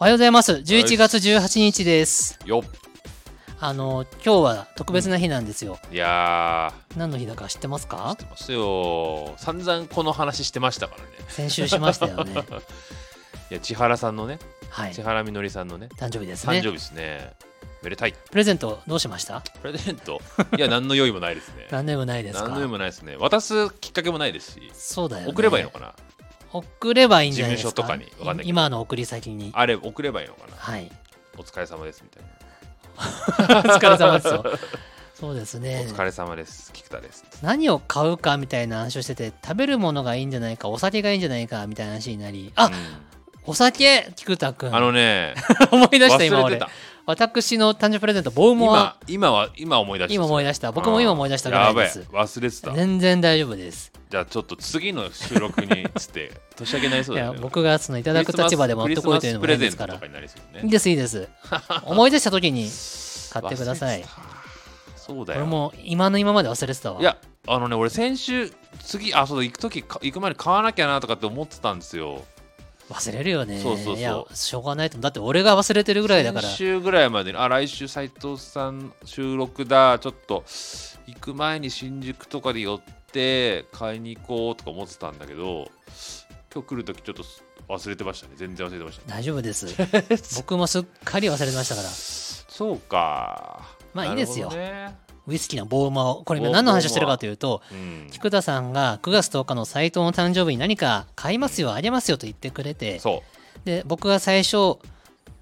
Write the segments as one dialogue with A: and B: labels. A: おはようございます。11月18日です。
B: よ
A: あの今日は特別な日なんですよ。
B: っいや
A: 何の日だか知ってます
B: ー
A: か
B: 知っ？てますよ散々この話してましたからね
A: 先週しました よね。
B: いや千原さんのね、
A: はい
B: 千。原みのりさんのね
A: 誕生日です
B: 誕
A: ね
B: 生。日ですねめでたい
A: プレゼントどうしました？
B: プレゼントいや何の用意もないですね
A: 何でもないです
B: 何
A: か
B: の用意？もないですね渡すきっかけもないですし
A: そうだよ、ね。
B: 送ればいいのかな
A: 送ればいいんじゃないですか。
B: 事務所とかにわかんないけど
A: 今の送り先に。
B: あれ送ればいいのかな
A: はい。
B: お疲れ様ですみたいな
A: お疲れ様ですよ。そうですね
B: お。疲れ様です菊田です
A: 何を買うかみたいな話をしてて食べるものがいいんじゃないかお酒がいいんじゃないかみたいな話になりあ、
B: うん
A: お酒菊田君
B: あのね
A: 思い出した今
B: 忘れ
A: 俺
B: てた
A: 私の誕生日プレゼントボウモア
B: 今今は今思い出した
A: 今思い出した僕も今思い出したぐらいです
B: やばい忘れてた
A: 全然大丈夫です
B: じゃあちょっと次の収録に つって年明けになりそ
A: いう
B: だよ
A: や
B: ね
A: 僕がそのいただく立場で持ってこいというのも
B: ク
A: な
B: リ
A: いで
B: スマス
A: す
B: プ
A: か
B: レゼント
A: ら
B: とかになりそう
A: いい
B: ね
A: ですいいです思い出した時に買ってくださ
B: 忘れ
A: い
B: てたそうだ
A: 俺
B: よ
A: も今の今まで忘れてたわ
B: いやあのね俺先週次あそうだ行く時か行く前に買わなきゃなとかって思ってたんですよ
A: 忘れるよね
B: そうそうそう
A: やしょうがないと思うだって俺が忘れてるぐらいだから
B: 先週ぐらいまでにあ来週斉藤さん収録だちょっと行く前に新宿とかで寄って買いに行こうとか思ってたんだけど今日来る時ちょっと忘れてましたね全然忘れてましたね
A: 大丈夫です僕もすっかり忘れてましたから
B: そうか
A: まあいいですよ
B: なるほどね
A: ウイスキーのボウマをこれ今
B: ボ
A: 何の話をしてるかというと
B: うん
A: 菊田さんが9月10日の斎藤の誕生日に何か買いますよあげますよと言ってくれて
B: そ
A: で僕が最初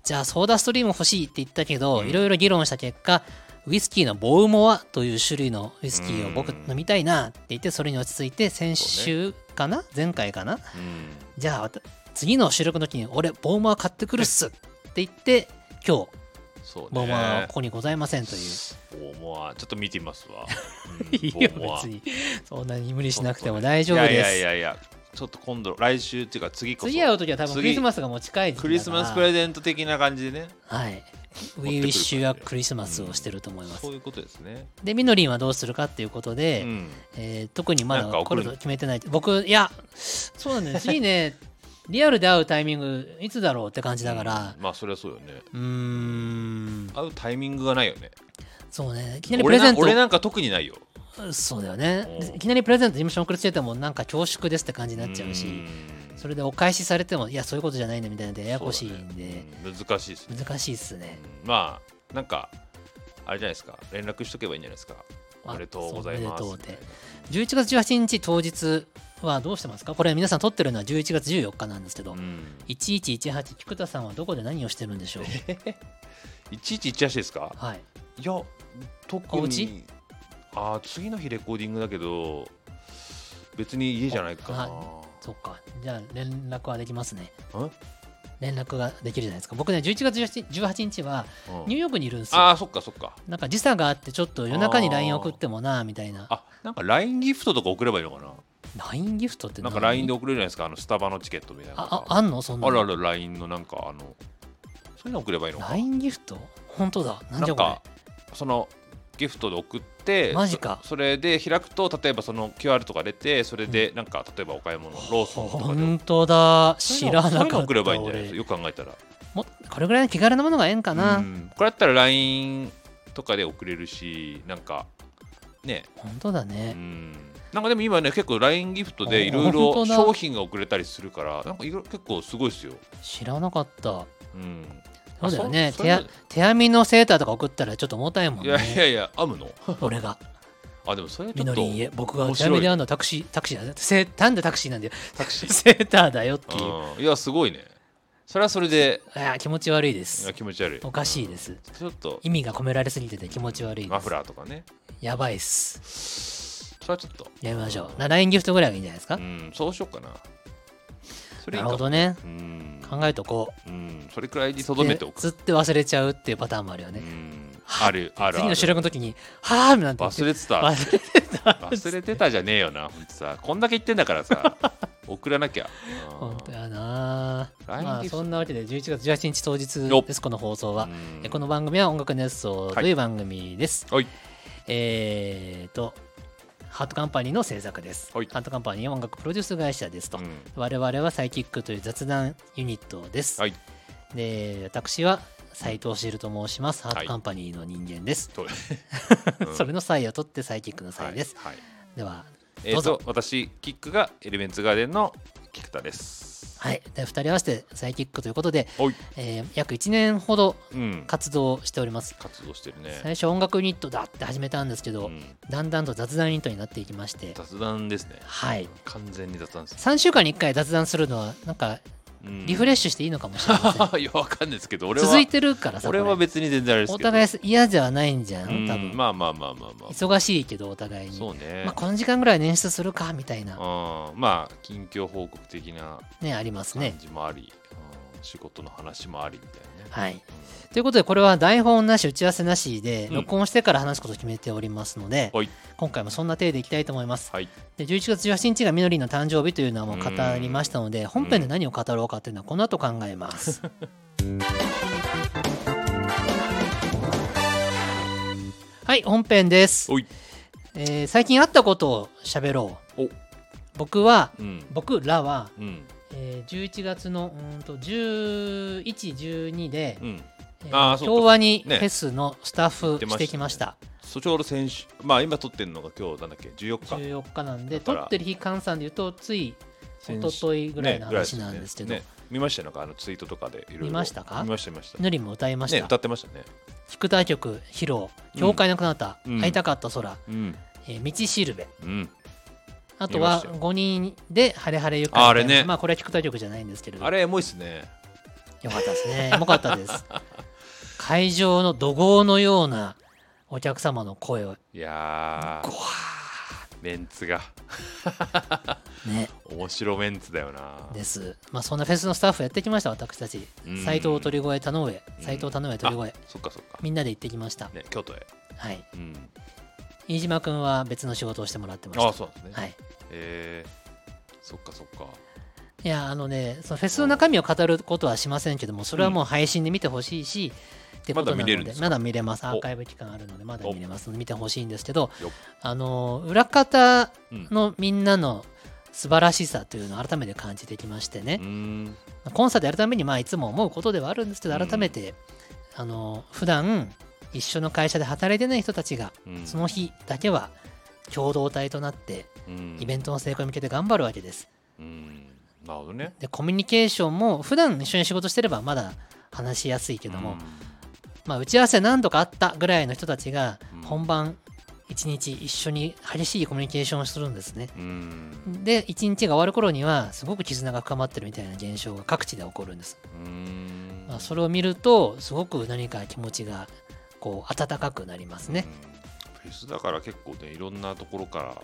A: じゃあソーダストリーム欲しいって言ったけど、
B: うん
A: いろいろ議論した結果ウイスキーのボウモアという種類のウイスキーを僕
B: うん
A: 飲みたいなって言ってそれに落ち着いて先週かな、前回かな
B: う、うん、
A: じゃあわた次の収録の時に俺ボウモア買ってくるっすって言って今日
B: そう
A: ボウモアは
B: ね
A: ここにございませんという、
B: ボーモアちょっと見てみます わ、
A: いいよ
B: ボーモア
A: 別にそんなに無理しなくても大丈夫
B: い
A: で
B: やい
A: す
B: やいやいやちょっと今度来週っていうか次こそ
A: 次会う時は多分クリスマ
B: ス
A: スがもう近い時期だから
B: クリスマスプレゼント的な感じでね
A: はい
B: 持
A: We
B: ってくる感
A: wish
B: じ
A: you a Christmas をしてると思います
B: そういうことですね、
A: でみのりんはどうするかっていうことで、
B: うん、
A: えー特にまだ
B: なんか
A: こ
B: 送る
A: れ決めてない僕いやそうなんだよね次ね リアルで会うタイミングいつだろうって感じだから
B: うんまあそれはそうよね
A: うーん
B: 会うタイミングがないよね
A: そうねいきなりプ
B: 俺
A: レゼ
B: な
A: ン
B: 俺
A: ト
B: なんか特にないよ
A: そうだよね
B: うん
A: でいきなりプレゼント事務所に送りつけてもなんか恐縮ですって感じになっちゃうし
B: ん
A: それでお返しされてもいやそういうことじゃないねみたいなんでややこしいんで、
B: そうだねうん難しいですね、
A: 難しいっすね
B: うんまあなんかあれじゃないですか連絡しとけばいいんじゃないですかお
A: あ
B: めでとうございます
A: そうおめでとうって11月18日当日はどうしてますかこれ皆さん撮ってるのは11月14日なんですけど、
B: うん
A: 1118菊田さんはどこで何をしてるんでしょう
B: 1118ですか
A: はい
B: いや特
A: お
B: に
A: 家
B: ああ次の日レコーディングだけど別に家じゃないかな
A: そっかじゃあ連絡はできますね
B: うん
A: 連絡ができるじゃないですか僕ね11月18日は
B: うん
A: ニューヨークにいるんですよ
B: ああそっかそっか
A: なんか時差があってちょっと夜中に LINE 送ってもなみたいな
B: あなんか LINE ギフトとか送ればいいのかな
A: LINE ギフトって
B: な
A: 何
B: んか LINE で送れるじゃないですかあのスタバのチケットみたいなの
A: あ
B: が
A: ああんのそんな
B: ある
A: の
B: ある LINE のなんかあのそういうの送ればいいのか
A: LINE ギフト本当だなん
B: な
A: じゃ
B: ん
A: これ
B: かそのギフトで送って
A: マジか
B: そそれで開くと例えばその QR とか出てそれでなんか例えばお買い物ローソンとかで
A: 本当だ
B: そうい
A: 知
B: うの
A: らなか
B: そういうの
A: っ
B: 送ればいい
A: た
B: んじゃないですか
A: 俺
B: よく考えたら
A: もこれぐらいの気軽なものがええんか
B: う
A: なん
B: これだったら LINE とかで送れるしなんかね
A: 本当だ
B: う
A: ね
B: んなんかでも今ね結構 LINE ギフトでい
A: あ
B: ろい
A: 本
B: ろ
A: 当だ
B: 商品が送れたりするからなんかいろいろ結構すごいですよ、
A: 知らなかった
B: うん、
A: そうだよね
B: あそ
A: 手や
B: そ
A: 手編みのセーターとか送ったらちょっと重たいもん
B: いやい
A: ね
B: やいや編むの
A: 俺が
B: あでもそれはち
A: み
B: ょ
A: の
B: っ
A: り
B: と
A: んへ僕が
B: 面
A: 手
B: 白
A: 編み
B: い
A: で編んだタクシータクシーだねセーなんでタクシーなんだよ
B: タクシー
A: セーターだよっていう
B: うん、いやすごいねそれはそ れで
A: いや気持ち悪いで
B: いや
A: す
B: 気持ち悪い
A: おかしいです
B: ちょっと
A: 意味が込められすぎてて気持ち悪い
B: マ
A: で
B: フ
A: す
B: ラーとかね
A: やばいっす
B: それはちょっと
A: やめましょうな LINE ギフトぐらいがいいんじゃないですか
B: うんそうしようかなそれ
A: ないる
B: いか
A: ほ
B: も
A: どね
B: うん
A: 考えとこう
B: うんそれくらいにとどめておく
A: でつって忘れちゃうっていうパターンもあるよ
B: う
A: ね
B: んあるあるあ
A: 次の
B: る
A: 収録の時に「はあ」なんて言って
B: 忘れてた
A: 忘れてた
B: 忘れてたじゃねえよなほんとさこんだけ言ってんだか らさ送らなきゃうん
A: 本当やなあ
B: LINE
A: まあ
B: です
A: そんなわけで11月18日当
B: よ
A: 日
B: っ
A: ですこの放送
B: う
A: は
B: ん
A: えこの番組は音楽熱奏と
B: はい
A: いう番組です、
B: はい
A: えーとハートカンパニーの制作です、
B: はい
A: ハートカンパニーは音楽プロデュース会社ですと、
B: うん
A: 我々はサイキックという雑談ユニットです、
B: はい
A: で私は斉藤シールと申しますハー
B: は
A: ト
B: い
A: カンパニーの人間です、
B: とうん
A: それの際を取ってサイキックの際です、
B: はいはい
A: では
B: え
A: どう
B: ー、
A: ぞ
B: と私キックがエレメンツガーデンの菊田です
A: はいで2人合わせてサイキックということで、
B: おい
A: えー約1年ほど
B: うん
A: 活動しております
B: 活動してるね
A: 最初音楽ユニットだって始めたんですけど、
B: うん
A: だんだんと雑談ユニットになっていきまして
B: 雑談ですね
A: はい
B: 完全に雑談です、
A: 3週間に1回雑談するのはなんかリフレッシュしていいのかもしれ ません、
B: ュいやわかんないですけど俺は
A: 続いてるからさ
B: 俺
A: これ
B: は別に全然あれです
A: お
B: けど
A: 互い嫌じゃないんじゃん多
B: う
A: 分、
B: んまあまあまあまあまあ
A: 忙しいけどお互いに、
B: そうね、
A: まあ、この時間ぐらい捻出するかみたいな
B: うんまあ近況報告的な
A: ねありますね
B: 感じもあり、うん仕事の話もありみたいなね、
A: はいということでこれは台本なし打ち合わせなしで
B: うん
A: 録音してから話すことを決めておりますので、
B: はい
A: 今回もそんな体でいきたいと思います
B: はい
A: で11月18日がみのりんの誕生日というのはもう語りましたので本編で何を語ろうかというのはこの後考えます、 はい本編です、
B: おい
A: えー最近あったことを喋ろう
B: お
A: 僕は
B: うん
A: 僕らは、
B: うん
A: えー11月のうーんと1112で、
B: うん
A: え
B: あ
A: ー
B: ーそうか
A: 京アニフ
B: ね
A: ェスのスタッフ
B: 言ってましたね
A: してきました
B: そちょうど先週まあ今撮ってるのが今日なんだっけ14日
A: 14日なんで
B: だか
A: 撮
B: ら
A: ってる日換算で言うとつい
B: 先
A: 一昨日ぐらいの
B: ね
A: 話
B: よ
A: なん
B: ね
A: ですけど、
B: ね見ましたよなんかあのツイートとかでいろいろ
A: 見ましたか
B: 見ました見ました
A: ぬりも歌いまし
B: ね
A: た、
B: 歌ってましたね
A: 副大曲披露教会なくなった、
B: うん
A: 会いたかった空、
B: うん
A: えー道しるべ
B: うん
A: あと
B: 見ま
A: は
B: したよ
A: 5人で「晴れ晴れゆかり」
B: ああれね
A: まあこれは副大曲じゃないんですけれど
B: あれエモいっすね
A: よかったですねよかった です会場の怒号のようなお客様の声を
B: いや
A: ゴ
B: ー
A: ワ
B: メンツが
A: ーね
B: 面白メンツだよな
A: ですまあそんなフェスのスタッフやってきました私たち
B: うん
A: 斎藤鳥越田上斎藤田上鳥越
B: そっかそっか
A: みんなで行ってきました
B: ね京都へ
A: はい
B: うん
A: 飯島君は別の仕事をしてもらってまし
B: あ
A: た
B: あそうなんですね
A: はい
B: えー、そっかそっか
A: いやあのねそのフェスの中身を語ることはしませんけどもそれはもう配信で見てほしいし、ってことなの
B: まだ見れるんですか
A: まだ見れますアー
B: お
A: カイブ期間あるのでまだ見れますので見てほしいんですけど
B: よっ
A: あの裏方
B: うん
A: のみんなの素晴らしさというのを改めて感じてきまして
B: う
A: ね
B: ー、ん
A: コンサートやるためにまあいつも思うことではあるんですけど
B: うん
A: 改めて、あの普段一緒の会社で働いてない人たちが
B: うん
A: その日だけは共同体となってイベ
B: ン
A: ントの成功に向けて頑張るわけです。
B: トうんなるほどね
A: でコミュニケーションも普段一緒に仕事してればまだ話しやすいけども、
B: うん
A: まあ、打ち合わせ何度かあったぐらいの人たちが
B: うん
A: 本番一日一緒に激しいコミュニケーションをするんですね。
B: うん
A: で一日が終わる頃にはすごく絆が深まってるみたいな現象が各地で起こるんです。
B: うん
A: まあ、それを見るとすごく何か気持ちがこう温かくなりますね。
B: うんフェスだから結構ねいろんなところから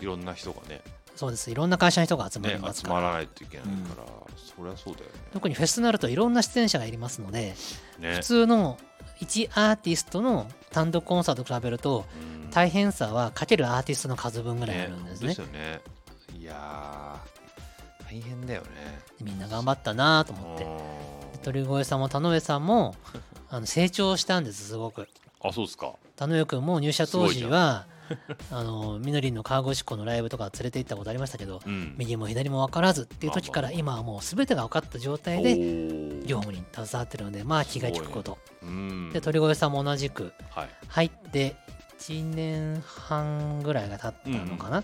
B: いろんな人がね
A: そうですいろんな会社の人が集まり
B: ね
A: ます
B: 集
A: から、
B: まらないといけないから、そりゃそうだよ
A: 特にフェスになるといろんな出演者がいますので
B: ね。ね
A: 普通の1アーティストの単独コンサートと比べると
B: うん
A: 大変さはかけるアーティストの数分ぐらいあるんですね
B: ね本当ですよね。いやー大変だよね。
A: みんな頑張ったなと思って
B: う
A: 鳥越さんも田上さんもあの成長したんですすごく
B: んあそうですか。
A: 田上君も入社当時はあのみのりんの川越湖のライブとか連れて行ったことありましたけど
B: うん。
A: 右も左も分からずっていう時から
B: まあ
A: 今はもう全てが分かった状態で
B: で
A: 業務に携わってるのでまあ気が利くこと、
B: うん
A: で鳥越さんも同じく
B: はい
A: 入って1年半ぐらいが経ったのかな、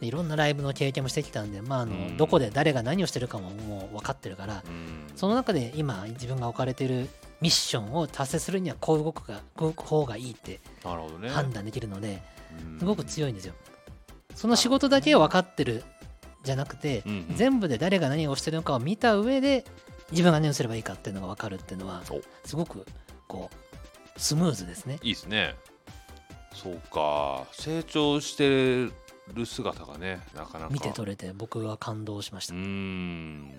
A: でいろんなライブの経験もしてきたんで、まああの
B: うん
A: どこで誰が何をしてるかももう分かってるから
B: うんうん
A: その中で今自分が置かれてるミッションを達成するにはこう動くがこう動く方がいいって
B: なるほどね。
A: 判断できるので
B: うん
A: すごく強いんですよ。その仕事だけを分かってるじゃなくて
B: うんうん
A: 全部で誰が何をしてるのかを見た上で自分が何をすればいいかっていうのが分かるっていうのは
B: お
A: すごくこうスムーズですね。
B: いいですね。そうか成長してる姿がねなかなか
A: 見て取れて僕は感動しまし
B: う
A: た
B: ー。ん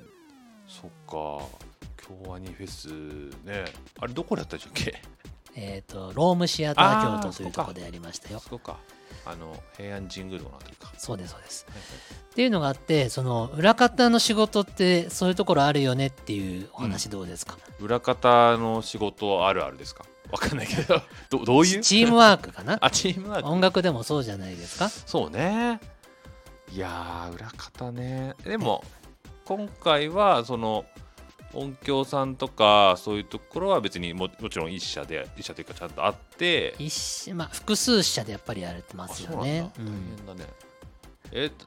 B: そっか京アニフェスねあれどこだったっけ
A: えっ、とロームシアター
B: あー
A: 京都というとこ
B: そうか
A: でやりましたよ。
B: そこかあの平安神宮とかのあたりか
A: そうですそうです。
B: はい
A: っていうのがあってその裏方の仕事ってそういうところあるよねっていうお話どうですか、
B: はい裏方の仕事あるあるですかわかんないけどどどういう
A: チームワークかな
B: あチームワーク
A: 音楽でもそうじゃないですか
B: そうねいやー裏方ねでも今回はその音響さんとかそういうところは別にももちろん一社で一社というかちゃんとあって
A: 一社まあ、複数社でやっぱりやれてますよね
B: あそうなんだ大変だね、えっと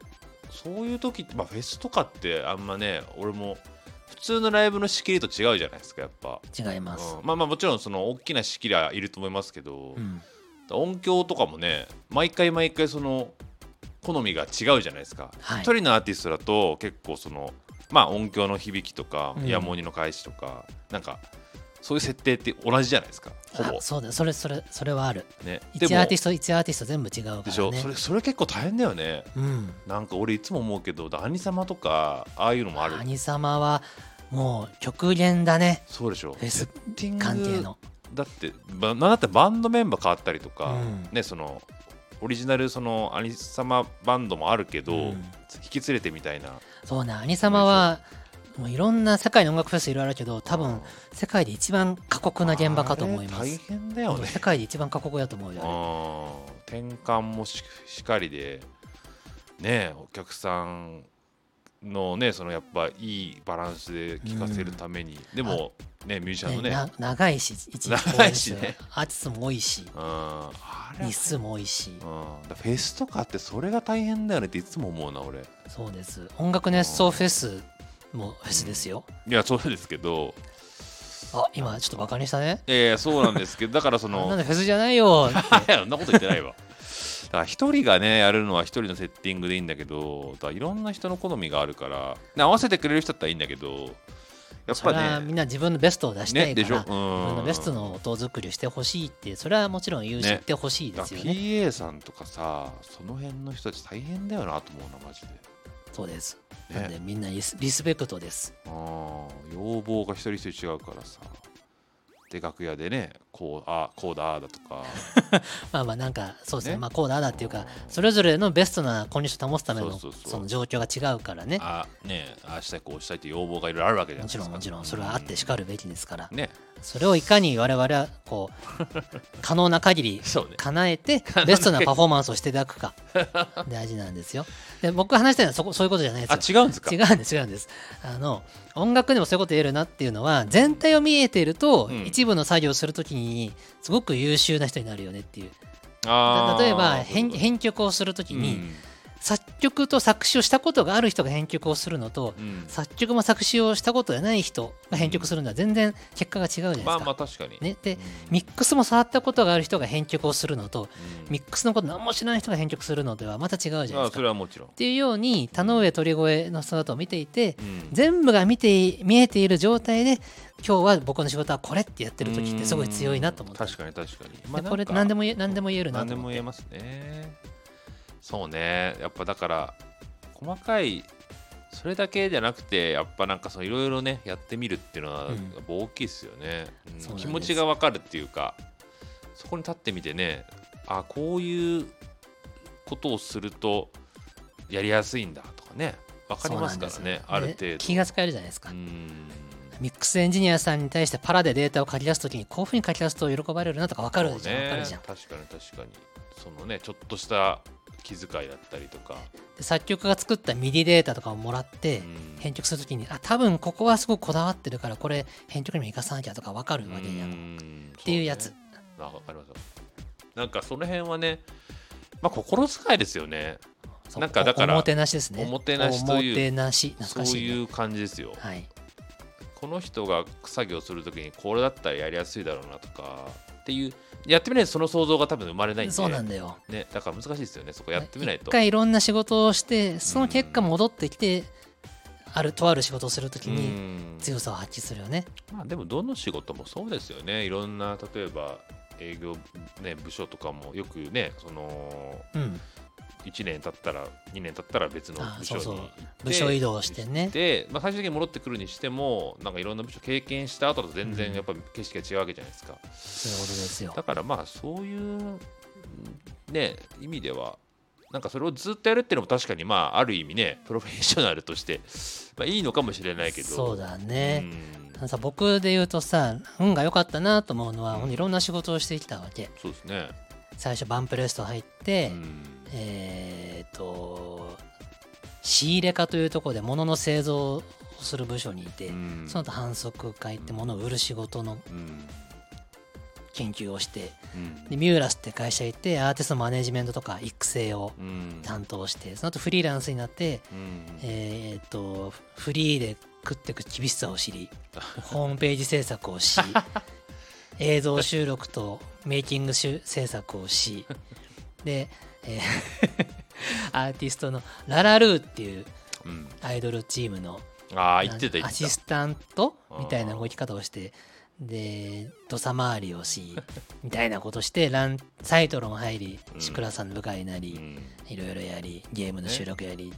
B: そういう時って、まあ、フェスとかってあんまね俺も普通のライブの仕切りと違うじゃないですかやっぱ、
A: うん違います、
B: うんまあまあもちろんその大きな仕切りはいると思いますけど、
A: うん
B: 音響とかもね毎回毎回その好みが違うじゃないですか、
A: はい
B: 一人のアーティストだと結構そのまあ音響の響きとか、
A: うん
B: イヤモニの開始とかなんかそういう設定って同じじゃないですかほぼ
A: あそうだそれそれそれはある
B: ね
A: 一アーティスト一アーティスト全部違うからね
B: でしょ、それそれ結構大変だよね
A: うん
B: なんか俺いつも思うけど兄様とかああいうのもある
A: 兄様はもう極限だね
B: そうでしょ
A: フェス
B: セッティング
A: 関係の
B: だってばなんだってバンドメンバー変わったりとか、
A: うん
B: ねそのオリジナルその兄様バンドもあるけど、
A: うん
B: 引き連れてみたいな
A: そうな兄様はもういろんな世界の音楽フェスいろいろあるけど多分世界で一番過酷な現場かと思いま
B: あれ大
A: す
B: 変だよね
A: 世界で一番過酷だと思うよあれ
B: うん転換もししかりでねえお客さんのねそのやっぱいいバランスで聴かせるために、でもねミュージシャンのね
A: ねな長いし一日
B: 長いしね
A: 公演数アーティストも多いし
B: うんあれは
A: 日数も多いし
B: うん、だフェスとかってそれが大変だよねっていつも思うな俺い
A: そうです音楽熱奏フェスもフェスですよ
B: やそうですけど
A: あ今ちょっとバカにしたね
B: いやいやそうなんですけどだからそ
A: あんな
B: の
A: のフェスじゃないよ
B: い やそんなこと言ってないわ だから一人がねやるのは一人のセッティングでいいんだけどだからいろんな人の好みがあるからね合わせてくれる人だったらいいんだけどやっ
A: それは
B: ぱ
A: み
B: ね
A: んな自分のベストを出した
B: ね
A: いか
B: で
A: ら
B: しょ、うん、
A: 自分のベストの音作りをしてほしいってそれはもちろん言う
B: ね
A: 知ってほしいで
B: だ
A: す
B: か
A: よ
B: ら
A: ね
B: PA さんとかさその辺の人たち大変だよなと思うなマジで
A: そうです
B: ね
A: なんでみんなリスリスペクトです
B: あー要望が一人一人違うからさで楽屋でねこうあこうだああだと か
A: まあまあなんかそうですね
B: ね
A: まあこうだああだっていうかそれぞれのベストなコンディションを保つための
B: そうそうそう
A: その状況が違うからね
B: あねああしたいこうしたいって要望がいろいろあるわけじゃな
A: も
B: いで
A: ち
B: すか
A: ろんもちろんそれはあってしかるべきですから
B: ね
A: それをいかに我々はこ う可能な限り
B: そうね
A: 叶えてベストなパフォーマンスをしていただ くか大事なんですよで僕が話したいのはそこそういうことじゃないです
B: あ
A: よ
B: 違うんですか
A: 違うんです違うんですあの音楽でもそういうこと言えるなっていうのは全体を見えていると、
B: うん
A: 一部の作業をするときにすごく優秀な人になるよねっていう
B: あ
A: だ
B: ー
A: 例えば
B: そうい
A: 編
B: うこと
A: 編曲をするときに、
B: うん
A: 作曲と作詞をしたことがある人が編曲をするのと、
B: うん
A: 作曲も作詞をしたことがない人が編曲するのは全然結果が違うじゃないですか。
B: まあまあ確かに、
A: ね、でミックスも触ったことがある人が編曲をするのと
B: うん
A: ミックスのこと何も知らない人が編曲するのではまた違うじゃない
B: あ
A: です
B: あそ
A: か。
B: れはもちろん、
A: っていうように田上鳥越の姿を見ていて、
B: うん
A: 全部が見て見えている状態で今日は僕の仕事はこれってやってる時ってすごい強いなと思って
B: 確かに確かに、まあ
A: でこれ
B: なんか
A: 何でも言え何でも言えるな
B: 何
A: と
B: で
A: 思
B: も
A: っ
B: 言え
A: て
B: ますねそうねやっぱだから細かいそれだけじゃなくてやっぱなんかそのいろいろねやってみるっていうのは
A: うん
B: やっぱ大きいですよね、うん
A: そうなんです
B: 気持ちがわかるっていうかそこに立ってみてねあこういうことをするとやりやすいんだとかねわかりますから
A: そうなん
B: ね
A: ですよ
B: ある程
A: で
B: 度
A: 気が使えるじゃないですか、
B: うん
A: ミックスエンジニアさんに対してパラでデータを書き出す時にこういうふうに書き出すと喜ばれるなとか分かるじゃん、
B: そうね
A: 分かるじゃん
B: 確かに確かにそのねちょっとした気遣いだったりとか、
A: で作曲家が作ったミディデータとかをもらって、
B: うん
A: 編曲する時にあ多分ここはすごくこだわってるからこれ編曲にも生かさなきゃとか分かるわけじゃん、
B: う
A: っ
B: ん
A: ていうやつ
B: そねあわかりますよなんかその辺はねまあ心遣いですよね
A: そう
B: なんかだから
A: おもてなしですね
B: おもてなしという
A: おもてなし
B: そう
A: 懐かしい、ね、
B: いう感じですよ
A: はい
B: この人が作業するときにこれだったらやりやすいだろうなとかっていうやってみないとその想像が多分生まれないんで
A: そうなんだよ
B: ね、だから難しいですよねそこやってみないと
A: 一回いろんな仕事をしてその結果戻ってきて、あるとある仕事をするときに
B: うん
A: 強さを発揮するよね、
B: まあでもどの仕事もそうですよねいろんな例えば営業、ね、部署とかもよくねその
A: うん、
B: 1年経ったら2年経ったら別の
A: あ
B: 部署に
A: そうそう
B: 行って
A: 部署移動してね
B: で、まあ、最終的に戻ってくるにしてもなんかいろんな部署経験した後だと全
A: う
B: 然
A: ん
B: やっぱ景色が違うわけじゃないですか、
A: そういうことですよ
B: だからまあそういううんね意味ではなんかそれをずっとやるっていうのも確かにまあある意味ねプロフェッショナルとして、まあ、いいのかもしれないけど
A: そうだね、
B: うん
A: あのさ僕で言うとさ運が良かったなと思うのは、
B: うん
A: ほんといろんな仕事をしてきたわけ
B: そうですね、
A: 最初バンプレスト入って、
B: うん
A: えーっと仕入れ家というところで物の製造する部署にいて、
B: うん
A: その後反則会ってものを売る仕事の
B: うん
A: 研究をして
B: うん
A: でミューラスって会社行ってアーティストマネジメントとか育成を
B: うん
A: 担当してその後フリーランスになって、
B: うん
A: えーっとフリーで食ってく厳しさを知りホームページ制作を し映像収録とメイキングしゅ制作をしで、えー アーティストのララルーっていう
B: うん
A: アイドルチームの
B: ああ言ってた言
A: ア
B: って
A: シス
B: た
A: タント
B: うん
A: みたいな動き方をしてで土佐回りをしみたいなことしてランサイトロン入り
B: うん
A: シクラさんの部下にな
B: う
A: り、
B: ん
A: いろいろやりゲームの収録やり、うん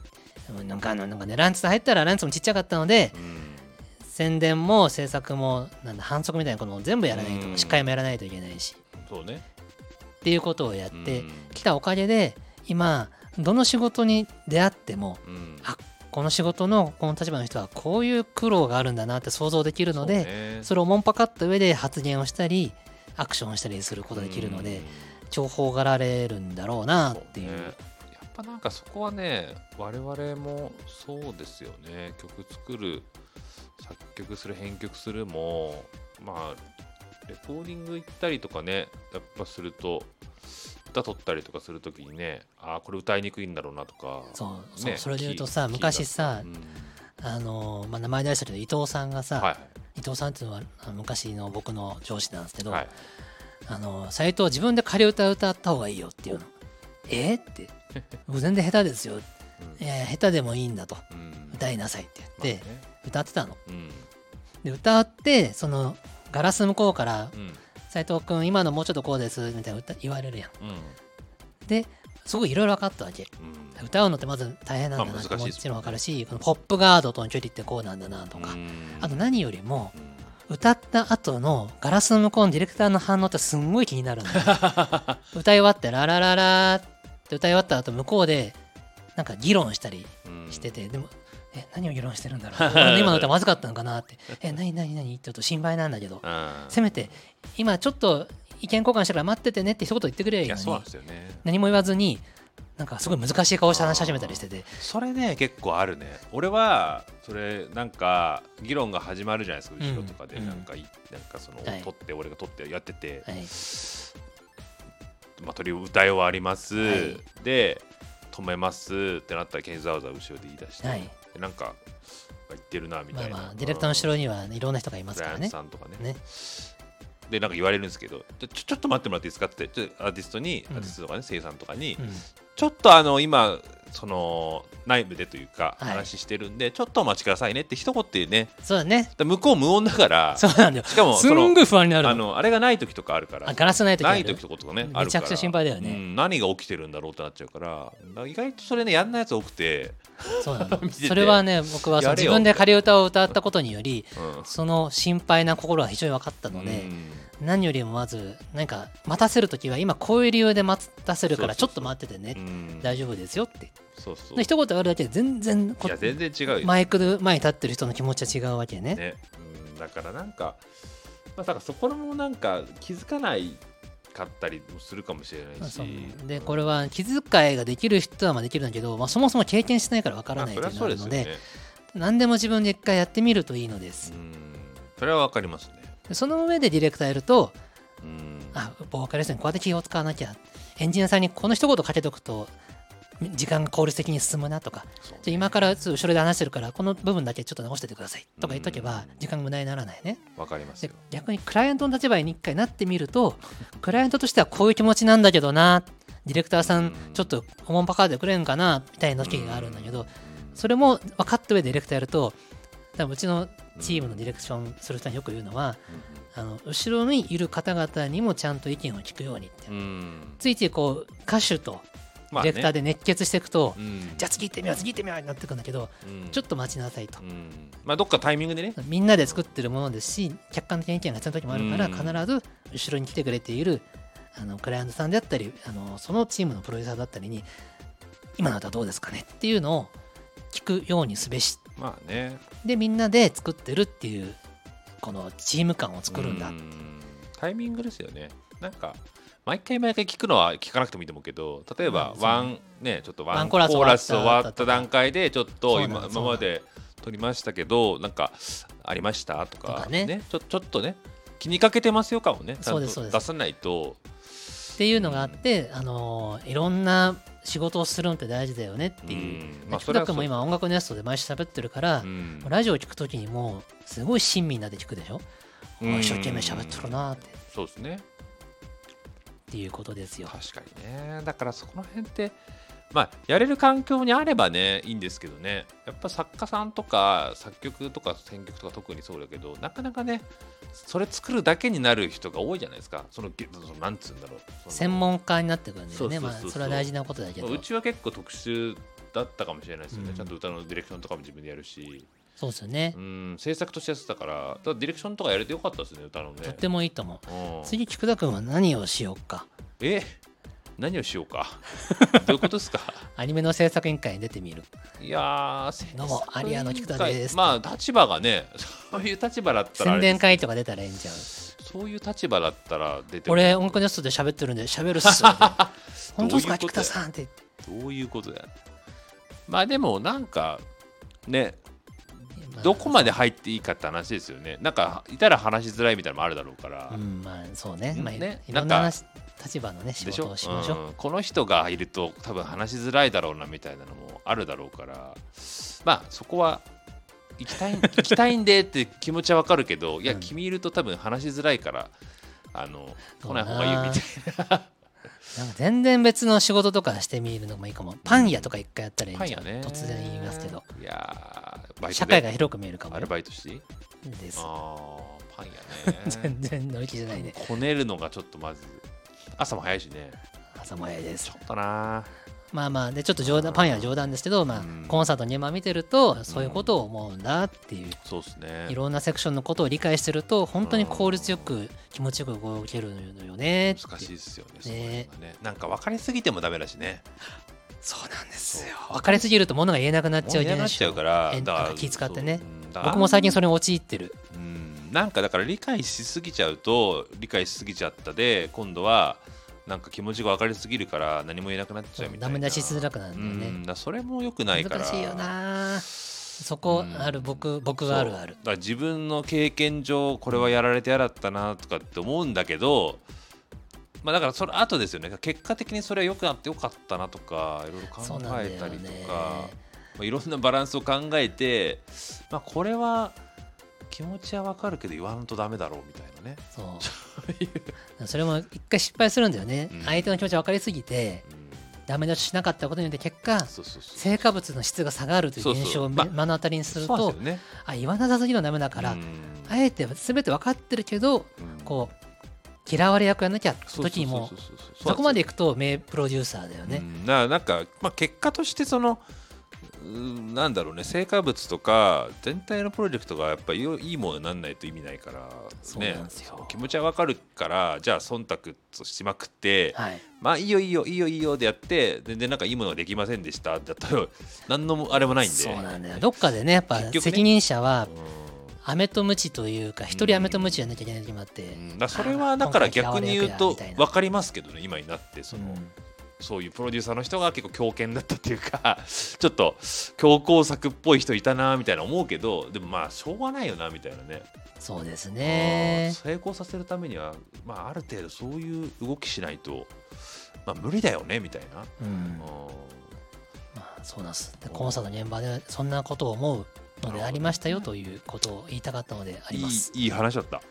A: なんかあのなんかねランツ入ったらランツもちっちゃかったので
B: うん
A: 宣伝も制作もなんだ反則みたいなことも全部やらないと
B: うん
A: 司会もやらないといけないし
B: そうね
A: っていうことをやって
B: うん
A: きたおかげで今どの仕事に出会っても
B: うん
A: あこの仕事のこの立場の人はこういう苦労があるんだなって想像できるのでそ,、
B: で
A: れをおもんぱかった上で発言をしたりアクションをしたりすることができるので、重宝がられるんだろうなっていう
B: ねやっぱなんかそこはね我々もそうですよね曲作る作曲する編曲するもまあレコーディング行ったりとかねやっぱすると歌取ったりとかするときにねああこれ歌いにくいんだろうなとか
A: そうそう
B: ね
A: それで言うと
B: キー
A: さ
B: キーが
A: 昔さ
B: うん
A: あの、まあ、名前出したけど伊藤さんがさ、
B: は
A: 伊藤さんっていうのはあの昔の僕の上司なんですけ
B: い
A: ど、
B: はい
A: あの斉藤は自分で仮歌歌った方がいいよっていうのえーって僕全然下手ですよ、
B: うん
A: いやいや下手でもいいんだと
B: うん
A: 歌いなさいって言って
B: まあね
A: 歌ってたの
B: うん
A: で歌ってそのガラス向こうから
B: うん
A: 「斉藤君今のもうちょっとこうです」みたいな歌言われるやん。
B: うん
A: ですごいいろいろ分かったわけ。
B: うん
A: 歌うのってまず大変なんだな
B: まあ
A: って
B: 難しい
A: も
B: です
A: ちろん分かるしこのポップガードとの距離ってこうなんだなとか、
B: うん
A: あと何よりも
B: うん
A: 歌った後のガラスの向こうのディレクターの反応ってすんごい気になるん だよ歌い終わって「ララララ」って歌い終わった後向こうでなんか議論したり
B: うん
A: してて、でもえ何を議論してるんだろう 俺の今の歌まずかったのかなってえ何何何ちょっと心配なんだけど
B: うん
A: せめて今ちょっと意見交換したから待っててねって一言言ってくれりゃい
B: い
A: いの
B: やそうなん
A: に
B: ですよね
A: 何も言わずになんかすごい難しい顔して話し始めたりしてて
B: それね結構あるね俺はそれなんか議論が始まるじゃないですか
A: うん
B: 後ろとかで
A: うん
B: なんかいなんかその
A: はい
B: 取って俺が取ってやってて
A: はい
B: まあ取り歌い終わります
A: はい
B: で止めますってなったらケンザワザワ後ろで言い出して
A: はい
B: でなんか言ってるなみ
A: ま
B: た
A: あ
B: い
A: ま
B: な
A: あディレクターの後
B: ろ
A: ろにはいろんな人がいます
B: ブ
A: から
B: ライアン
A: ね
B: さんとかね
A: ね
B: でなんか言われるんですけどちょちょっと待ってもらっていいですかってちょっとアーティストに
A: うん
B: アーティストとかね声優さんとかに
A: うん
B: ちょっとあの今その内部でというか
A: はい
B: 話してるんで、ちょっとお待ちくださいねって一言ね
A: そうだね
B: 向こう無音だ から
A: そうなんだよ
B: しかも
A: す
B: その
A: んごい不安にな
B: あ
A: るの
B: のあれがない時とかあるから
A: あガラスない時ある
B: ない時とかとかねあるから
A: めちゃくちゃ心配だよね
B: うん何が起きてるんだろうってなっちゃうからな意外とそれねやんないやつ多くて、
A: そうなの
B: 見てて
A: それはね僕はその
B: やれ
A: 自
B: よ
A: 分で仮歌を歌ったことにより
B: う
A: その心配な心は非常に分かった
B: ん
A: ので、
B: うん
A: 何よりもまずなんか待たせる時は今こういう理由で待たせるからち
B: そ
A: ょ
B: う
A: っと
B: そうそう
A: 待っててね、
B: うん
A: 大丈夫ですよって
B: そうそう
A: で一言言われるだけで全然こ
B: いや全然違うよ、
A: マイクの前に立ってる人の気持ちは違うわけね
B: ねうん、だからなんか,、まあ、だからそこもなんか気づかないかったりもするかもしれないし
A: そうでこれは気遣いができる人はまあできるんだけど、まあ、そもそも経験しないからわからないという
B: まあ
A: のがあるので
B: それはそうすよね
A: 何でも自分で一回やってみるといいのです
B: う、んそれはわかりますね。
A: でその上でディレクターやると
B: うん
A: あボーカリストにこうやって気を使わなきゃエンジニアさんにこの一言かけとくと時間が効率的に進むなとか
B: そうね
A: じゃあ今からちょっと後ろで話してるからこの部分だけちょっと直しててくださいとか言っとけば時間無駄にならないね
B: わかります
A: で
B: よ。
A: 逆にクライアントの立場に一回なってみるとクライアントとしてはこういう気持ちなんだけどなディレクターさ
B: うんん
A: ちょっとおもんぱかってくれんかなみたいな時があるんだけどそれも分かった上でディレクターやると多分うちのチームのディレクションする人によく言うのはあの後ろにいる方々にもちゃんと意見を聞くようにって
B: うんうん
A: ついついこう歌手とデ
B: ま
A: ィ
B: あ
A: レ
B: ね
A: クターで熱血していくと、
B: うん
A: じゃあ次行ってみよう次行ってみようになってくんだけど、
B: うん
A: ちょっと待ちなさいと、
B: うんまあどっかタイミングでね。
A: みんなで作ってるものですし客観的な意見が必要な時もあるから、必ず後ろに来てくれているあのクライアントさんであったりあのそのチームのプロデューサーだったりに今の歌どうですかねっていうのを聞くようにすべし
B: まあね。
A: でみんなで作ってるっていうこのチーム感を作るんだ、
B: うんタイミングですよね。なんか毎回毎回聞くのは聞かなくてもいいと思うけど、例え
A: う
B: ば
A: ん
B: ワンねちょっとワ
A: ワン
B: ン
A: コ
B: コ
A: ラ
B: ラ
A: ス
B: ス
A: 終
B: 終
A: わ
B: わ
A: った
B: った段階でちょっと
A: そうな
B: 今
A: の
B: 今まで撮りましたけどなんかありましたと
A: と
B: か
A: か
B: ね
A: ね
B: ちょちょっとね気にかけてますよかもねちゃ
A: そうんですそ
B: と
A: うです
B: 出さないと
A: っていうのがあって、あのーいろんな仕事をするのって大事だよねっていう。
B: うん
A: まあ、
B: そ
A: 福田
B: れはそ
A: 君
B: う
A: も今音楽ネストで毎週喋ってるから、
B: うん
A: ラジオ聞くときにもうすごい親身になって聞くでしょ、
B: うん
A: 一生懸命喋っとるなーってっ
B: そうですね
A: ていうことですよ。
B: 確かにねだからそこの辺ってまあやれる環境にあればねいいんですけどねやっぱ作家さんとか作曲とか選曲とか特にそうだけどなかなかねそれ作るだけになる人が多いじゃないですかそのげそのなんつうんだろうその
A: 専門家になってくるんだ
B: そ
A: よ
B: うそ
A: ね。
B: うそう
A: まあ
B: そう
A: それは大事なことだけど
B: まあ。うちは結構特殊だったかもしれないですよね、
A: うん
B: ちゃんと歌のディレクションとかも自分でやるし
A: そうですよね
B: う。ん制作としてやってたからただディレクションとかやれてよかったですね歌のね
A: とってもいいと思う。
B: うん
A: 次、菊田君は何をしようか。
B: え何をしよ うかどういうことですか
A: アニメの制作委員会に出てみる。
B: いやー、
A: どうも
B: 制作委員会
A: アリアの菊田です
B: まあ、立場がね、 そういう立場だったらあ
A: 宣
B: れで
A: 伝
B: す、
A: 会とか出たらいいんじゃん。
B: そういう立場だったら出ても
A: 俺、音楽ネストで喋ってるんで喋るっ すよ。本当ですか、
B: どういうこと
A: 菊田さんって言って。
B: どういうことだよ。まあでも、なんか、ね、
A: まあ
B: どこまで入っていいかって話ですよね。なんか、いたら話しづらいみたいなのもあるだろうから。
A: うん、まあそうね。
B: うん
A: まあ、
B: ね
A: いろん
B: な
A: なん
B: か
A: 話立場のね、仕
B: でしょ
A: 事をしましょう。
B: うんこの人がいると多分話しづらいだろうなみたいなのもあるだろうからまあそこは行きたい行きたいんでって気持ちはわかるけどいや、
A: うん
B: 君いると多分話しづらいからあの
A: そ
B: 来
A: う
B: な
A: だ
B: い
A: な
B: 方がいいよみたい
A: なんか全然別の仕事とかしてみるのもいいかも。パン屋とか一回やったらいい
B: なんパン
A: じゃ
B: や
A: ん。
B: ね
A: 突然言いますけど。
B: いやーバイト
A: 社会
B: で
A: が広く見えるかも
B: ア
A: よ
B: ル。バイトしていい
A: です。
B: あーパンやね
A: 全然乗り気じゃないね。
B: こねるのがちょっとまず朝も早いしね
A: 朝も早いです
B: ちょ。っとな
A: まあまあ、で、ちょっと冗談、パン屋は冗談ですけど、まあ
B: うん、
A: コンサートに今見てると、そういうことを思うんだっていう。
B: そうですね
A: いろんなセクションのことを理解してると本当に効率よく気持ちよく動けるのよねって
B: 難しいですよねそこら
A: ね
B: 辺はねなんか分かりすぎてもダメだしね
A: そうなんです
B: よ
A: 分かりすぎると物が言えなくなっちゃう
B: 盛り
A: じゃ
B: 上
A: ない
B: がっ
A: です
B: ちゃうから
A: え
B: だ
A: なんか気遣ってね
B: そううんだから
A: 僕も最近それに陥ってる
B: うんなんかだから理解しすぎちゃうと理解しすぎちゃったで今度はなんか気持ちが分かりすぎるから何も言えなくなっちゃうみたいな
A: ダメ出ししづらくなる
B: うん
A: だよね
B: んだからそれも良くないから
A: 難しいよなそこある僕僕はあるある
B: そうだから自分の経験上これはやられて嫌だったなとかって思うんだけどまあだからその後ですよね結果的にそれは良くなってよかったなとかいろいろ考
A: そうなんだ
B: えた
A: よ
B: りと
A: ね
B: か、まあ、いろんなバランスを考えて、まあ、これは気持ちはわかるけど言わんとダメだろうみたいなね、
A: そうそれも一回失敗するんだよね
B: うん
A: 相手の気持ち分かりすぎて
B: うん、
A: ダメ出ししなかったことによって結果
B: そうそうそう
A: 成果物の質が下がるという現象を
B: そうそうま
A: 目目の当たりにする
B: そう
A: と
B: なんですよね
A: あ言わなさすぎるのダメだから
B: うん
A: あえて全て分かってるけど
B: うん
A: こう嫌われ役やんなきゃって
B: そうそうそうそう
A: 時にも
B: うなんですよ
A: そこまでいくと名プロデューサーだよね。
B: うん、ななんか、まあ、結果としてそのうーなんだろうね成果物とか全体のプロジェクトがやっぱりよいいものにならないと意味ないから、ね、
A: そうなんですよ
B: そう気持ちはわかるからじゃあ忖度しまくって、
A: はい、
B: まあいいよいいよいいよいいよでやって全然なんかいいものができませんでしただったら 何のもあれもないんで
A: そうなんだよどっかでねやっぱ
B: 結局ね
A: 責任者は
B: う
A: 飴とムチというか一人飴とムチじゃなきゃいけない時もあって、
B: んうんだからそれはだから逆に言う
A: あー今
B: と
A: 回嫌われ役やみたいな
B: 分かりますけどね今になってその、
A: うん
B: そういうプロデューサーの人が結構強権だったっていうか ちょっと強硬策っぽい人いたなみたいな思うけどでもまあしょうがないよなみたいなね、
A: そうです
B: うん
A: ね
B: 成功させるためには、まあ、ある程度そういう動きしないと、まあ、無理だよねみたいな、
A: うん
B: う
A: ま
B: ん
A: あ、そうなんですでコンサートの現場でそんなことを思うのでありましたよということを言いたかったのであり
B: い
A: ます
B: いいい話だった、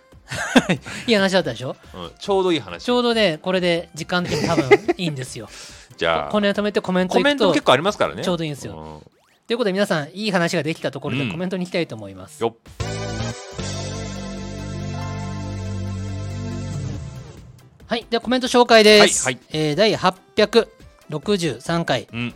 A: いい話だったで しょ
B: うん、ちょうどいい話
A: ちょうどねこれで時間的に多分いいんですよ
B: じゃ あ
A: この辺止めてコメント
B: コ
A: い
B: メ
A: く
B: ント
A: と
B: 結構ありますからね
A: ちょうどいいんですよ
B: よ、
A: ということで皆さんいい話ができたところ
B: う
A: で
B: ん
A: コメントに行きたいと思います、
B: うんよっ
A: はいではコメント紹介です、
B: はいはい
A: えー第863回
B: うん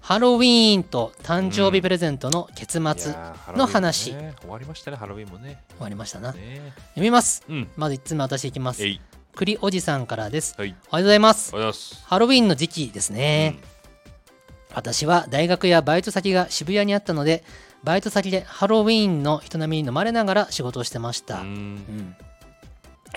A: ハロウィーンと誕生日プレゼントの結末、
B: いやーハロウィンもね
A: の話終
B: 終わりましたねハロウィンもね
A: わりましたな、
B: ね
A: 読みます
B: うん
A: まず1つ目私いきます
B: えい
A: 栗おじさんからです
B: はい
A: おはようございます
B: おはようございます、
A: ハロウィーンの時期ですね、私は大学やバイト先が渋谷にあったのでバイト先でハロウィーンの人並みに飲まれながら仕事をしてました、
B: う
A: う
B: ん
A: ん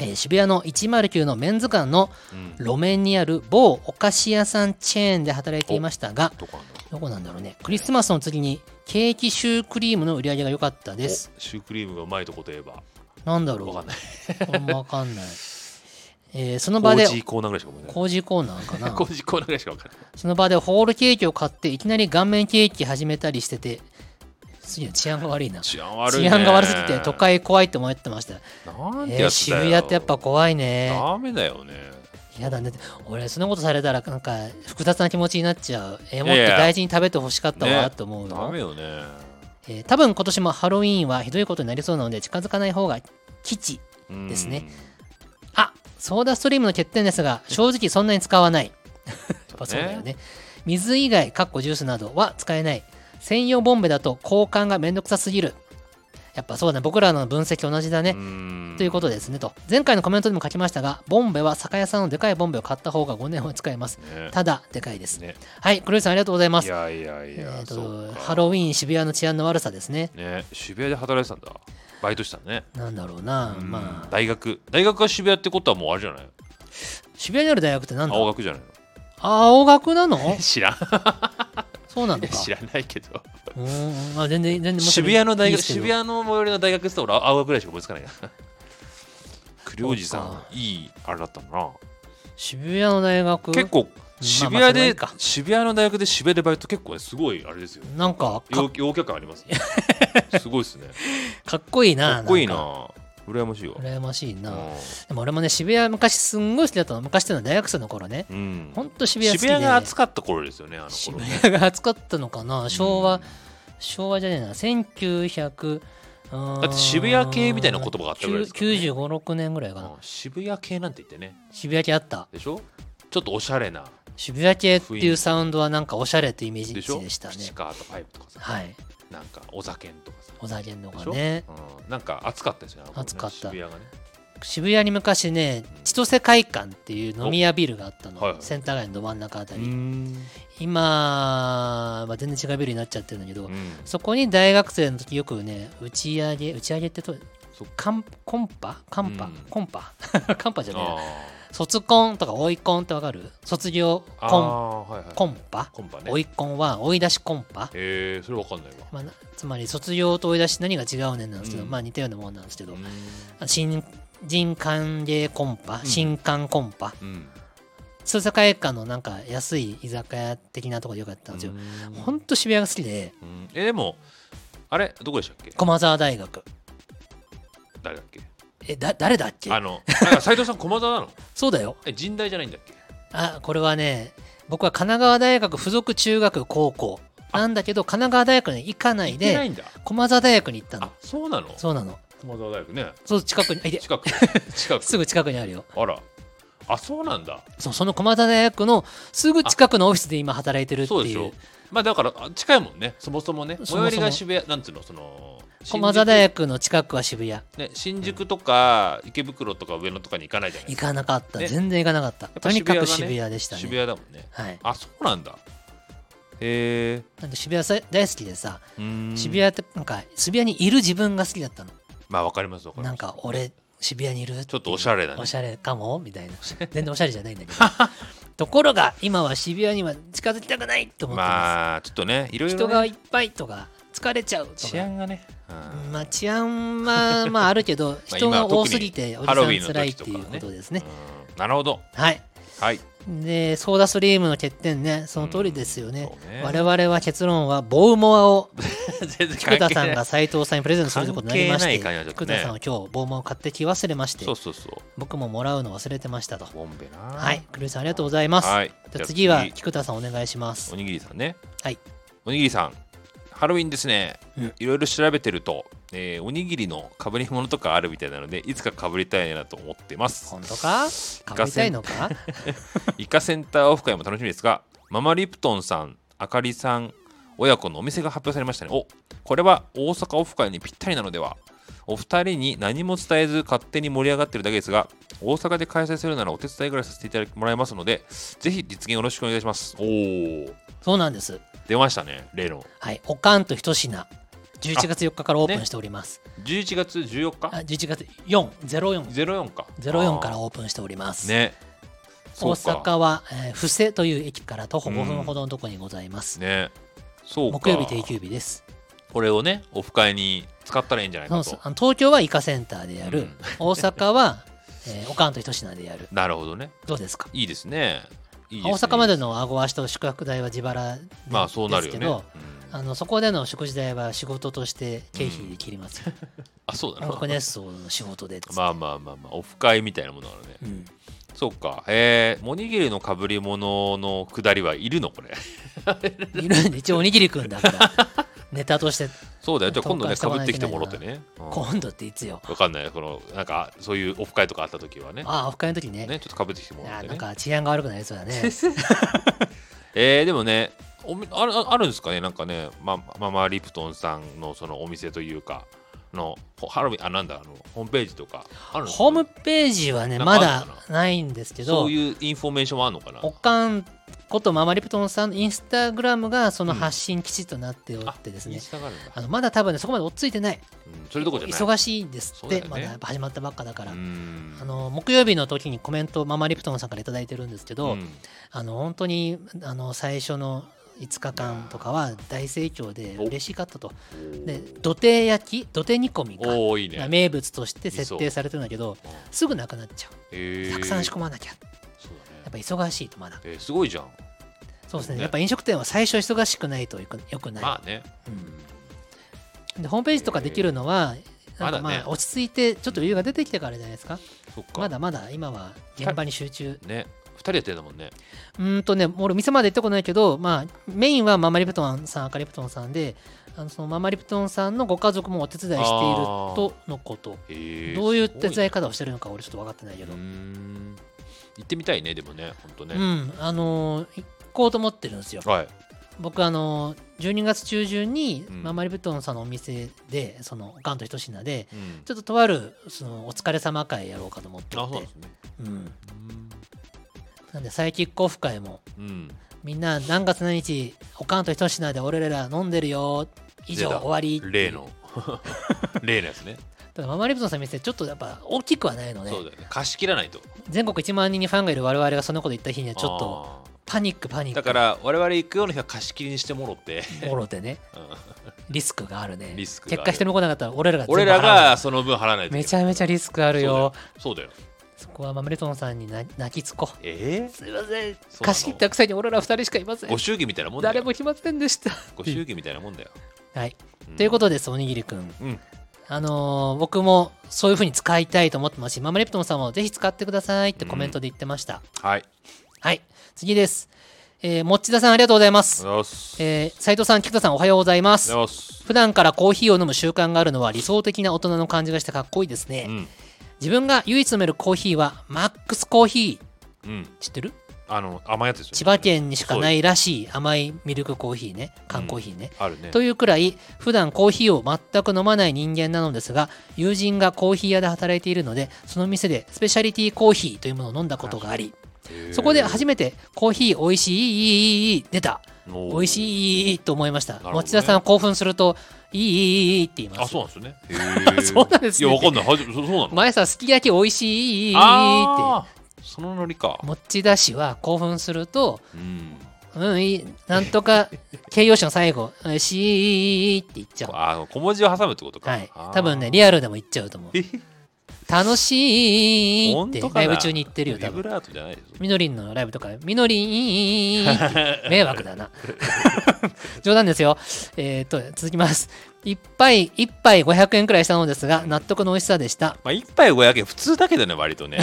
A: えー渋谷の109のメンズ館の
B: うん
A: 路面にある某お菓子屋さんチェーンで働いていましたが
B: どこなんだろ
A: どこなんだろうねクリスマスの次にケーキシュークリームの売り上げが良かった
B: う
A: です
B: おシュークリームがうまいとこといえば
A: なんだろう
B: わかんない
A: これもわかんない、えーその
B: コ
A: 場で
B: ージーコーナーぐらいしか思いない
A: 工事コーナーかな
B: コージーコーナーぐらいしかわかんない
A: その場でホールケーキを買っていきなり顔面ケーキ始めたりしててすげえ治安が悪いな
B: 治安悪い
A: 治
B: ね
A: 安が悪すぎて都会怖いって思ってました、
B: なんて
A: えー
B: やつ
A: 渋
B: だよ
A: 谷ってやっぱ怖いね
B: ダメだよね
A: 嫌だね俺そんなことされたらなんか複雑な気持ちになっちゃうえーもっ
B: いやい
A: と
B: や
A: 大事に食べてほしかったわ
B: ね
A: って思うよ
B: ダメよね
A: えー多分今年もハロウィーンはひどいことになりそうなので近づかない方が吉
B: うん
A: ですねあソーダストリームの欠点ですが正直そんなに使わ ないやっぱそうだよね水以外かっこジュースなどは使えない専用ボンベだと交換がめんどくさすぎるやっぱそうだね僕らの分析と同じだね、
B: うん
A: ということですねと前回のコメントでも書きましたがボンベは酒屋さんのでかいボンベを買った方が5年は使えます
B: ね
A: ただでかいです、
B: ね
A: はい黒井さんありがとうございま
B: い
A: す
B: やいやい
A: え
B: や
A: ー
B: そう
A: と
B: か
A: ハロウィーン渋谷の治安の悪さですね
B: ね渋谷で働いてたんだバイトしたのね
A: なんだろうな、
B: うん
A: まあ
B: 大学大学が渋谷ってことはもうあれじゃない
A: 渋谷にある大学ってなんだ
B: 青学じゃない
A: 青学なの
B: の知らん
A: そうなのか
B: 知らないけど
A: うーんあ全然全然もちろん
B: 渋谷の大
A: いい
B: 学
A: ですけど
B: 渋谷の最寄りの大学って言ったら俺青学ぐらいしか思いつか ないなクリおじさ
A: そうん
B: いいあれだったんだな
A: 渋谷の大学
B: 結構渋谷で、
A: まあまあそれはいいか
B: 渋谷の大学で渋谷でバイト結構ねすごいあれですよ
A: なんかか
B: 陽陽キャ感あります ねすごいですね
A: かっこいいな
B: かっこいいなん
A: か
B: 羨ましいわ
A: 羨ましいな、
B: う
A: でも俺もね渋谷昔すんごい好きだったの昔っていうのは大学生の頃ね
B: んうん
A: ほんと渋谷好き
B: 渋
A: で
B: 谷が暑かった頃ですよねあの頃
A: 渋
B: ね
A: 谷が暑かったのかな昭和、
B: うん
A: 昭和じゃねえな1900だ
B: だって渋谷系みたいな言葉があったぐらいですからね
A: 9 5 6年ぐらいかな、
B: うん渋谷系なんて言ってね
A: 渋谷系あった
B: でしょちょっとおしゃれな
A: 渋谷系っていうサウンドはなんかおしゃれってイメージ
B: で
A: で
B: しょ
A: したね
B: プチカートパイプとかさ、
A: はい
B: なんかお酒んとかさ
A: お酒のが
B: でしょ
A: ね
B: うん、なんか暑かったですよねあの頃ね
A: 暑かった
B: 渋谷がね
A: 渋谷に昔ね千歳会館っていう飲み屋ビルがあったの、
B: おはいはい
A: センター街のど真ん中あた
B: う
A: り、
B: ん
A: 今は全然違うビルになっちゃってるんだけど、そこに大学生の時よくね打ち上げ打ち上げってと
B: そ
A: カンコンパカンパ、
B: うん
A: コンパ カンパじゃねえな
B: あ
A: 卒コンとか追いコンってわかる卒業
B: ー
A: コン
B: あーはいはい
A: コンパ
B: コンパね
A: 追いコンは追い出しコンパ、
B: えー、それわかんないわ
A: まあな、つまり卒業と追い出し何が違うねんなんですけど、
B: うん
A: まあ似たようなもんなんですけど、
B: う
A: 新人歓迎コンパ
B: ん
A: 新歓コンパ
B: ん
A: 通坂会館のなんか安い居酒屋的なとこでよかったんですよ、
B: うん
A: ほんと渋谷が好きで
B: うんえでもあれどこでしたっけ
A: 駒沢大学
B: 誰だっけ
A: えだ誰だっけ
B: あのなんか斉藤さん駒沢なの
A: そうだよ
B: え人大じゃないんだっけ
A: あこれはね僕は神奈川大学附属中学高校なんだけど神奈川大学に行かない
B: 行ってな
A: で
B: いんだ
A: 駒沢大学に行ったの
B: あそうなの
A: そうなの
B: 駒沢大学ね
A: そう近くにあいて
B: 近く近く
A: すぐ近くにあるよ
B: あらあそうなんだ
A: そうその駒沢大学のすぐ近くのオフィスで今働いてるって
B: そうで
A: い
B: しょ
A: う
B: まあだからあ近いもんねそもそもね
A: そもそ
B: 最
A: も
B: 寄りが渋谷なんつうのその
A: 駒沢大学の近くは渋谷
B: ね、新宿とか池袋とか上野とかに行かないじゃないで
A: 行
B: す
A: かなかった、
B: ね
A: 全然行かなかった
B: ぱ
A: とにかく
B: 渋
A: 渋
B: 谷が
A: 谷でした
B: か
A: ね
B: 渋谷だもんね
A: はい、
B: あそうなんだへ
A: なんで渋谷さ大好きでさ、
B: えうーん
A: 渋谷ってなんか渋谷にいる自分が好きだったの
B: まあわかりますわかります
A: なんか俺渋谷にいる
B: ちょっとおしゃれだね
A: おしゃれかもみたい な全然おしゃれじゃないんだけどところが今は渋谷には近づきたくないと思ってます、
B: まあちょっとねいろいろ、ね、
A: 人がいっぱいとか疲れちゃうと
B: 治
A: か
B: 安がね、うん
A: まあ治安はまああるけど
B: まあ
A: 人
B: 今
A: が
B: は特に
A: 多すぎておじさ
B: ハロウ
A: ん
B: ィンの
A: 辛いっ
B: 時と
A: て
B: か
A: い
B: は
A: う
B: ね
A: ことですね
B: うんなるほど
A: はい
B: はい
A: でソーダストリームの欠点ねその通りですよね
B: うん,、そうね
A: 我々は結論はボウモアを
B: 全然
A: 菊
B: 関
A: 田
B: 係
A: さん
B: な
A: が
B: い
A: 斉藤さんにプレゼントするということになりまして
B: 関係ない感じだった
A: 菊
B: ね
A: 田さんは今日ボウモアを買ってき忘れまして
B: そうそうそう
A: 僕ももらうの忘れてましたと
B: ボンベな
A: はいクルーさんありがとうございます、
B: はい
A: じゃあ次は
B: じゃあ
A: 菊田さんお願いします
B: おにぎりさんね
A: はい
B: おにぎりさんハロウィンですね、
A: うん
B: いろいろ調べてると、えーおにぎりの被り物とかあるみたいなのでいつか被りたいなと思ってます
A: 本当かかぶりたいのか
B: イカセンターオフ会も楽しみですがママリプトンさんあかりさん親子のお店が発表されましたねおこれは大阪オフ会にぴったりなのではお二人に何も伝えず勝手に盛り上がってるだけですが大阪で開催するならお手伝いぐらいさせていただきもらいますのでぜひ実現よろしくお願いしますおお
A: そうなんです
B: 出ましたね例の
A: はいおかんとひと品11月4日からオープンしております。
B: 11月14
A: あ
B: 日
A: 11月4、04、
B: ?04 か。
A: 04から
B: あ
A: オープンしておりま
B: ー
A: す。
B: ね。そ
A: 大
B: うか
A: 阪は、えー布施という駅から徒歩5分ほどのところにございます。
B: ね。そうか。
A: 木曜日定休日です。
B: これをね、オフ会に使ったらいいんじゃない
A: そう
B: か
A: そ
B: と
A: う。あの東京はイカセンターでやる、
B: うん
A: 大阪は、 えー、おかんとひと品でやる。
B: なるほどね。
A: どうですか
B: いいですね。いい
A: 大
B: すね
A: 阪までの顎足と宿泊代は自腹で
B: まあそうなる
A: で
B: よ
A: すけ
B: ね。
A: ど
B: うん
A: あのそこでの食事代は仕事として経費で切りますよ。
B: あ、そうだな
A: 音。楽熱奏の仕事でっつって
B: まあまあまあまあ、オフ会みたいなものなのね。
A: うん、
B: そうか。えー、おにぎりのかぶり物のくだりはいるのこれ。
A: いる んで一応おにぎりくんだから ネタとして
B: そうだよ。じゃあ今度ね、か
A: 投函
B: ぶっ
A: して
B: て
A: こ
B: き
A: な
B: て
A: いといけないな
B: もろってね。うん
A: 今度っていつよ
B: わかんない。この、なんか、そういうオフ会とかあった時はね。
A: ああオフ会の時ね
B: ね、ちょっとかぶってきても
A: あ
B: らっ
A: あ
B: て
A: なん
B: ね。
A: か治安が悪くなりそうだ ね
B: えー、でもね、おみあるああるんですかねなんかね、ま、ママリプトンさんのそのお店というか、の、ほハロウィン、あ、なんだ、あの、ホームページとか、あるんですか
A: ホームページはね
B: なん
A: ま
B: かあ
A: だ
B: るのかな
A: ないんですけど
B: そういうインフォメーションはあるのかな
A: おかんことママリプトンさんのインスタグラムがその発信基地となっておってです
B: イ
A: ね、
B: ンスタがあるんだ
A: あのまだ多分ねそこまで追っついてない
B: うん、それどころじゃない。
A: 忙しいんですっ
B: そう
A: て
B: だよね
A: まだやっぱ始まったばっかだから、
B: うん
A: あの木曜日の時にコメントをママリプトンさんから頂いただいてるんですけど、
B: うん
A: あの本当にあの最初の5日間とかは大盛況で
B: お
A: 嬉しかったと。で土手焼き土手煮込みが
B: おーいいね。
A: 名物として設定されてるんだけど
B: うん
A: すぐなくなっちゃう
B: えー
A: たくさん仕込まなきゃ
B: そう
A: やっ
B: だね。
A: ぱ忙しいとまだ
B: えーすごいじゃん。
A: そうですね
B: ね
A: やっぱ飲食店は最初忙しくないとよくよくない、
B: まあね。
A: うんでホームページとかできるのは、なんか
B: ま
A: ま
B: だね
A: あ落ち着いてちょっと余裕が出てきてからじゃないですか
B: そっか。
A: まだまだ今は現場に集中
B: ね。二人やってんだもんね。
A: うーんとね俺店まで行ったことないけどまあメインはママリプトンさんアカリプトンさんであのそのママリプトンさんのご家族もお手伝いしているとのこと
B: えー
A: どういう手伝い
B: す
A: 方をしてるのか俺ちょっと分かってないけ
B: ごい
A: ど
B: ねうーん行ってみたいね、でもね。本当
A: う
B: ね。
A: ん、あのー行こうと思ってるんですよ。
B: はい。
A: 僕、あのー、12月中旬に、
B: うん
A: ママリブトンさんのお店で、その、おかんとひと品で、
B: うん
A: ちょっととある、その、お疲れ様会やろうかと思って
B: あ、そうなん
A: て
B: です、ね。
A: うん。
B: うーん
A: なんで、サイキックオフ会も、
B: うん。
A: みんな、何月何日、おかんとひと品で俺ら飲んでるよ、以上、
B: 出た
A: 終わり。
B: 例。の。 例のやつね。
A: ただ、ママリブトンさんの店、ちょっとやっぱ、大きくはないので
B: そ、うだよね。貸し切らないと。
A: 全国1万人にファンがいる我々がそんなこと言った日には、ちょっと、
B: と。
A: パニック、パニック。
B: だから我々行くような日は貸し切りにしてもろって、
A: もろてね。
B: うん
A: リスクがあるね。
B: リスクがあ
A: 結
B: る
A: 果一人も来なかったら俺らが全部
B: 俺らがその分払わない
A: 払う
B: と
A: めちゃめちゃリスクあるよ。
B: そうだよ
A: そこはマムレトンさんにな泣きつこう。
B: ええ
A: すいません。
B: そうなの
A: 貸し切ったくせに俺ら二人しかいません
B: ご。祝儀みたいなもんだよ
A: 誰も来ませんで した。
B: ご祝儀みたいなもんだよ、
A: はい。
B: ん
A: ということです、おにぎりくん。
B: うん
A: あのー僕もそういう風に使いたいと思ってますし、マムレプトンさんもぜひ使ってくださいってコメントで言ってました。
B: はいありが
A: はい。次です。えー、もっちださんありがとうございま
B: とう
A: す。
B: ございますあり
A: えー、斉藤さん、菊田さんおはようございま
B: が
A: す
B: とう。ございます
A: 普段からコーヒーを飲む習慣があるのは理想的な大人の感じがしてかっこいいですね。
B: うん
A: 自分が唯一飲めるコーヒーはマックスコーヒー
B: うん
A: 知ってる
B: あの甘いやつですよね
A: 千葉県にしかないらしい甘いミルクコーヒーね缶コーヒーね、
B: あるね
A: というくらい普段コーヒーを全く飲まない人間なのですが友人がコーヒー屋で働いているのでその店でスペシャリティコーヒーというものを飲んだことがありそこで初めてコーヒー美味しいいいいいいい出た
B: 美
A: 美味しいと思いました、
B: ほどね
A: 持田さんは興奮するといいいいいいいいって言います
B: あそうなんですねへ え
A: そうなんですね
B: いやわかんないはじめそうそうなの
A: 前さすき焼き美味しいいいいいいいって
B: あーそのノリか
A: 持ち出しは興奮すると
B: うん
A: うん、いい。なんとか、形容詞の最後、うんしーって言っちゃう。
B: あの小文字を挟むってことか
A: はい
B: あー。
A: 多分ね、リアルでも言っちゃうと思う
B: え。
A: 楽しいっ
B: 本
A: て
B: 当かな
A: ライブ中に言ってるよ、
B: ビ
A: 多
B: ブ
A: 分。
B: ラートじゃないです
A: みのりんのライブとか、みのりん って迷惑だな。冗談ですよ。えー、っと、続きます。一杯、一杯500円くらいしたのですが、納得の美味しさでした。
B: まあ、一杯500円普通だけどね割とね